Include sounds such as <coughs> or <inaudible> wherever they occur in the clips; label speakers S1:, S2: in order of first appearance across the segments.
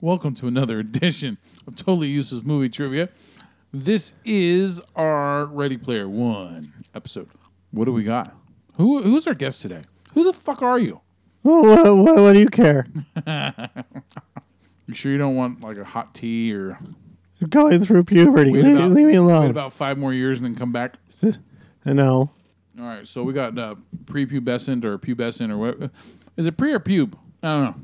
S1: Welcome to another <laughs> edition of Totally Useless Movie Trivia. This is our Ready Player One episode. What do we got? Who who's our guest today? Who the fuck are you?
S2: What, what, what do you care?
S1: You sure you don't want like a hot tea or
S2: You're going through puberty.
S1: Wait
S2: Leave,
S1: about-
S2: leave me
S1: wait
S2: alone.
S1: about five more years and then come back?
S2: I know.
S1: All right, so we got uh, prepubescent or pubescent or what? uh, Is it pre or pube? I don't know.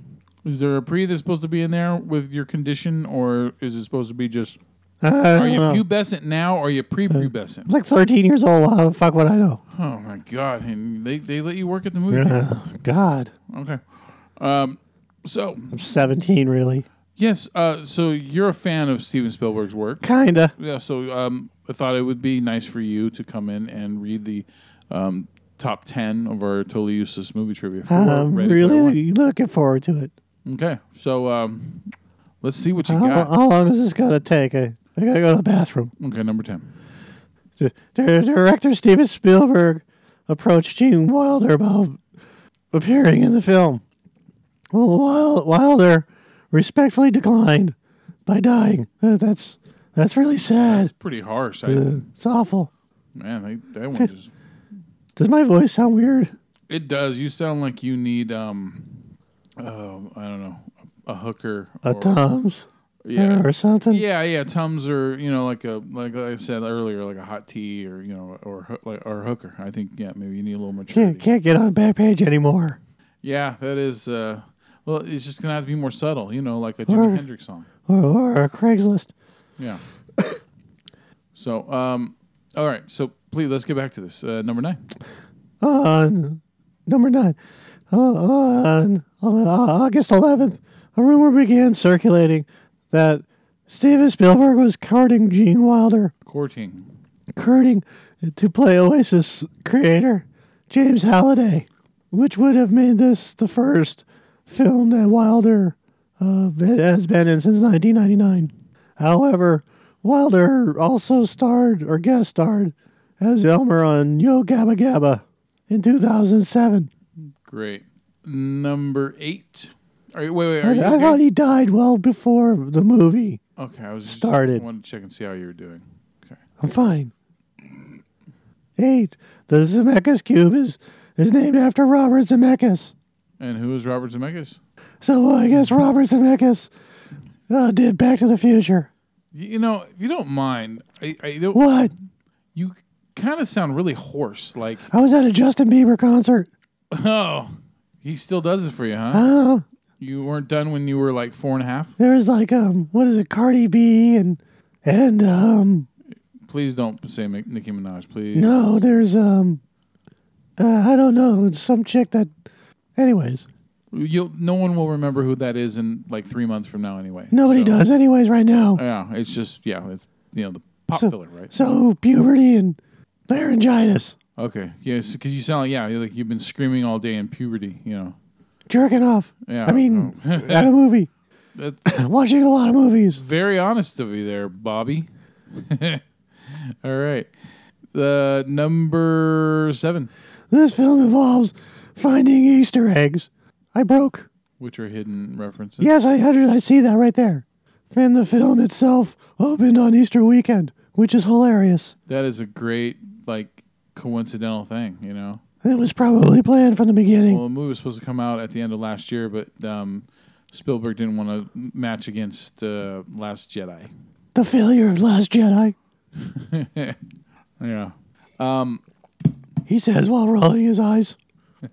S1: Is there a pre that's supposed to be in there with your condition, or is it supposed to be just
S2: I
S1: are
S2: don't
S1: you
S2: know. Uh,
S1: pubescent now or are you prepubescent?
S2: I'm like 13 years old. How the fuck would I know?
S1: Oh my god! And they, they let you work at the movie theater.
S2: Oh, God.
S1: Okay. Um. So
S2: I'm 17, really.
S1: yes. Uh. So you're a fan of Steven Spielberg's work.
S2: Kinda.
S1: Yeah, so um, I thought it would be nice for you to come in and read the um, top 10 of our totally useless movie trivia for
S2: I'm
S1: Ready Player One.
S2: Uh-huh. Um, really looking forward to it.
S1: Okay, so um, let's see what you
S2: How,
S1: got.
S2: how long is this going to take? I, I got to go to the bathroom.
S1: Okay, number 10.
S2: D- dir- director Steven Spielberg approached Gene Wilder about appearing in the film. Well, Wil- Wilder respectfully declined by dying. Uh, That's that's really sad.
S1: Pretty harsh. I,
S2: Uh, It's awful.
S1: Man, they, that one just. <laughs>
S2: Does my voice sound weird?
S1: It does. You sound like you need, um, uh, I don't know, a, a hooker.
S2: A
S1: or-
S2: Tom's
S1: Yeah.
S2: or something?
S1: Yeah, yeah, tums or you know, like a like I said earlier, like a hot tea or you know, or hoo- like or a hooker. I think yeah, maybe you need a little maturity.
S2: Can't can't get on Backpage anymore.
S1: Yeah, that is. Uh, well, it's just gonna have to be more subtle, you know, like a Jimi
S2: Or-
S1: Hendrix song.
S2: Or, or a Craigslist.
S1: Yeah. so, um, all right. So, please let's get back to this. Uh, number nine.
S2: on number nine. Uh, on uh, August 11th, a rumor began circulating that Steven Spielberg was courting Gene Wilder,
S1: Courting.
S2: courting to play Oasis creator James Halliday, which would have made this the first film that Wilder uh, has been in since 1999. However, Wilder also starred or guest starred as Elmer on Yo Gabba Gabba in 2007.
S1: Great. Number eight. Are you, wait, wait. Are
S2: I,
S1: you
S2: I
S1: good?
S2: thought he died well before the movie.
S1: okay, I was just
S2: started.
S1: Wanted to check and see how you were doing. Okay.
S2: I'm fine. Eight. The Zemeckis Cube is, is named after Robert Zemeckis.
S1: And who is Robert Zemeckis?
S2: So I guess Robert Zemeckis uh, did Back to the Future.
S1: You, you know, if you don't mind, I, I don't,
S2: What?
S1: you kind of sound really hoarse. Like, <laughs>
S2: I was at a Justin Bieber concert.
S1: oh, he still does it for you, huh?
S2: Oh,
S1: You weren't done when you were like four and a half.
S2: there was like um, what is it, Cardi B and and um,
S1: Please don't say Mi- Nicki Minaj, please.
S2: no, there's um, uh, I don't know, some chick that. Anyways,
S1: You'll, no one will remember who that is in like three months from now, anyway.
S2: nobody
S1: So,
S2: does. Anyways, right now.
S1: Yeah, it's just yeah, it's you know the pop
S2: So-
S1: filler, right?
S2: So puberty and laryngitis,
S1: Okay, yes, because you sound like yeah, you're like you've been screaming all day in puberty, you know.
S2: jerking off.
S1: Yeah,
S2: I mean,
S1: oh.
S2: <laughs> at a movie,
S1: that's <coughs>
S2: watching a lot of movies.
S1: very honest of you there, Bobby. <laughs> all right, the number seven,
S2: This film involves finding Easter eggs. I broke.
S1: which are hidden references.
S2: Yes, I had it. I see that right there. And the film itself opened on Easter weekend, which is hilarious.
S1: That is a great like coincidental thing, you know.
S2: It was probably planned from the beginning.
S1: Well, the movie was supposed to come out at the end of last year, but um, Spielberg didn't want to match against uh, Last Jedi.
S2: The failure of Last Jedi.
S1: Yeah.
S2: He says while rolling his
S1: <laughs>
S2: eyes. I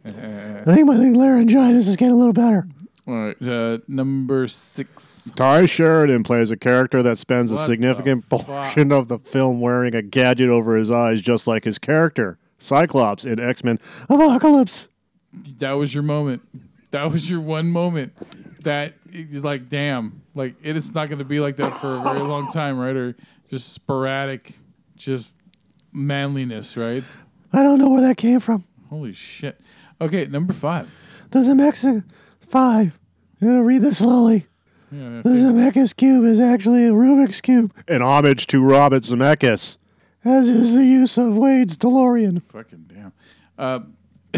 S2: think my laryngitis is getting a little better.
S1: All right. Uh, number six.
S3: Ty Sheridan plays a character that spends
S1: What
S3: a significant
S1: the fuck?
S3: portion of the film wearing a gadget over his eyes, just like his character, Cyclops in X Men.
S2: Apocalypse.
S1: That was your moment. That was your one moment. That you're like, damn, like it, it's not going to be like that for a very long time, right? Or just sporadic, just manliness, right?
S2: I don't know where that came from.
S1: Holy shit. Okay, number five.
S2: The Zemeckis five. I'm gonna read this slowly.
S1: Yeah,
S2: The Zemeckis cube is actually a Rubik's cube,
S3: An homage to Robert Zemeckis.
S2: as is the use of Wade's DeLorean.
S1: fucking damn. Uh, <laughs>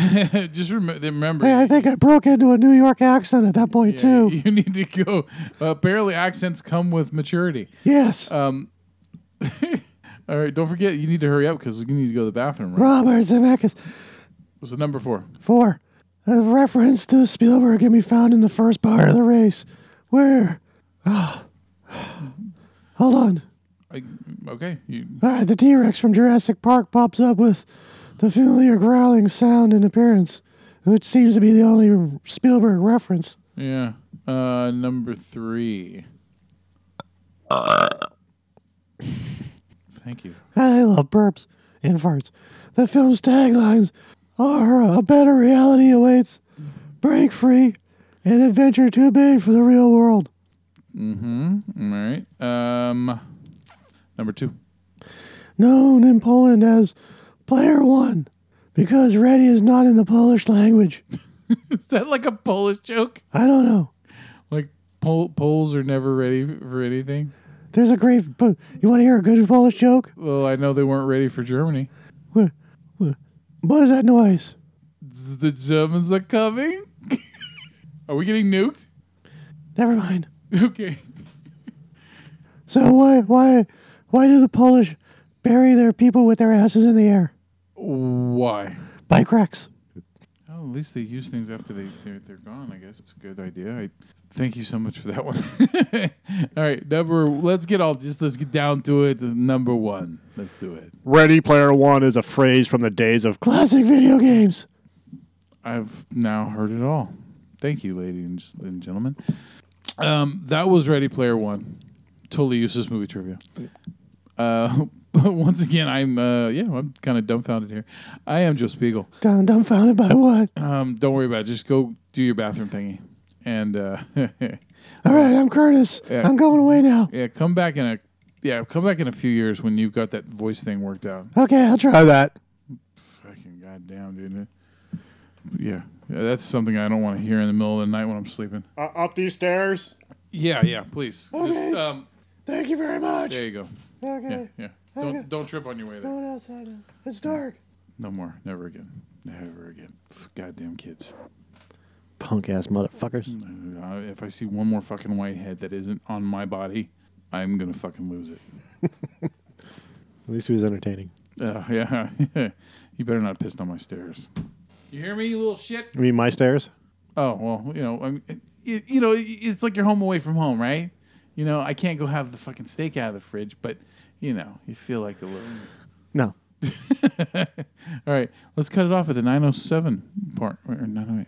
S1: just rem- remember.
S2: Hey, I think I broke into a New York accent at that point
S1: yeah,
S2: too.
S1: You need to go. Uh, Apparently, accents come with maturity. Um,
S2: Yes,
S1: Uh, <laughs> All right, don't forget you need to hurry up because you need to go to the bathroom. Right?
S2: Robert Zemeckis.
S1: So number four.
S2: Four. A reference to Spielberg can be found in the first part of the race, where. Ah. hold on.
S1: I, okay, you
S2: All right, the T Rex from Jurassic Park pops up with the familiar growling sound and appearance, which seems to be the only Spielberg reference.
S1: yeah. Uh, number three. <laughs> Thank you.
S2: I love burps and farts. The film's taglines are a better reality awaits, break free, an adventure too big for the real world.
S1: All right. Um, number two. <laughs>
S2: known in Poland as Player One because Ready is not in the Polish language.
S1: Is that like a Polish joke?
S2: I don't know.
S1: Like Pol- Poles are never ready for anything.
S2: There's a great. but You want to hear a good Polish joke?
S1: Well, I know they weren't ready for Germany.
S2: Wha- wha- What is that noise?
S1: Z- The Germans are coming. <laughs> are we getting nuked? <laughs>
S2: Never mind.
S1: Okay.
S2: So why why why do the Polish bury their people with their asses in the air?
S1: Why?
S2: Bike wrecks.
S1: Oh, at least they use things after they they're, they're gone. I guess it's a good idea. I thank you so much for that one. <laughs> all right, number. Let's get all just let's get down to it. Number one. Let's do it.
S3: Ready Player One is a phrase from the days of.
S2: Classic video games.
S1: I've now heard it all. Thank you, ladies and gentlemen. Um, that was Ready Player One. Totally useless movie trivia. Uh, <laughs> once again, I'm uh, yeah, I'm kind of dumbfounded here. I am Joe Spiegel.
S2: Dumb, dumbfounded by what?
S1: Um, don't worry about it. Just go do your bathroom thingy, and uh, <laughs>
S2: All right, I'm Curtis.
S1: Yeah.
S2: I'm going away now.
S1: Yeah, come back in a yeah, come back in a few years when you've got that voice thing worked out.
S2: Okay, I'll try
S1: Uh,
S2: that.
S1: Fucking goddamn, dude. Yeah. yeah, that's something I don't want to hear in the middle of the night when I'm sleeping.
S3: Uh, up these stairs.
S1: Yeah, yeah, please. Just
S2: Okay.
S1: um,
S2: Thank you very much.
S1: there you go.
S2: Okay.
S1: Yeah, yeah. Don't don't trip on your way there.
S2: Going outside now. It's dark.
S1: No more. Never again. Never again. Pff, Goddamn kids.
S2: Punk ass motherfuckers.
S1: Uh, if I see one more fucking white head that isn't on my body, I'm gonna fucking lose it.
S2: At least he was entertaining.
S1: Uh, <laughs> yeah. you better not piss on my stairs. You hear me, you little shit?
S2: You mean my stairs?
S1: Oh well, you know, I mean, it, you know, it's like your home away from home, right? You know, I can't go have the fucking steak out of the fridge, but you know, you feel like a little.
S2: No.
S1: <laughs> All right, let's cut it off at the 907 part or 908.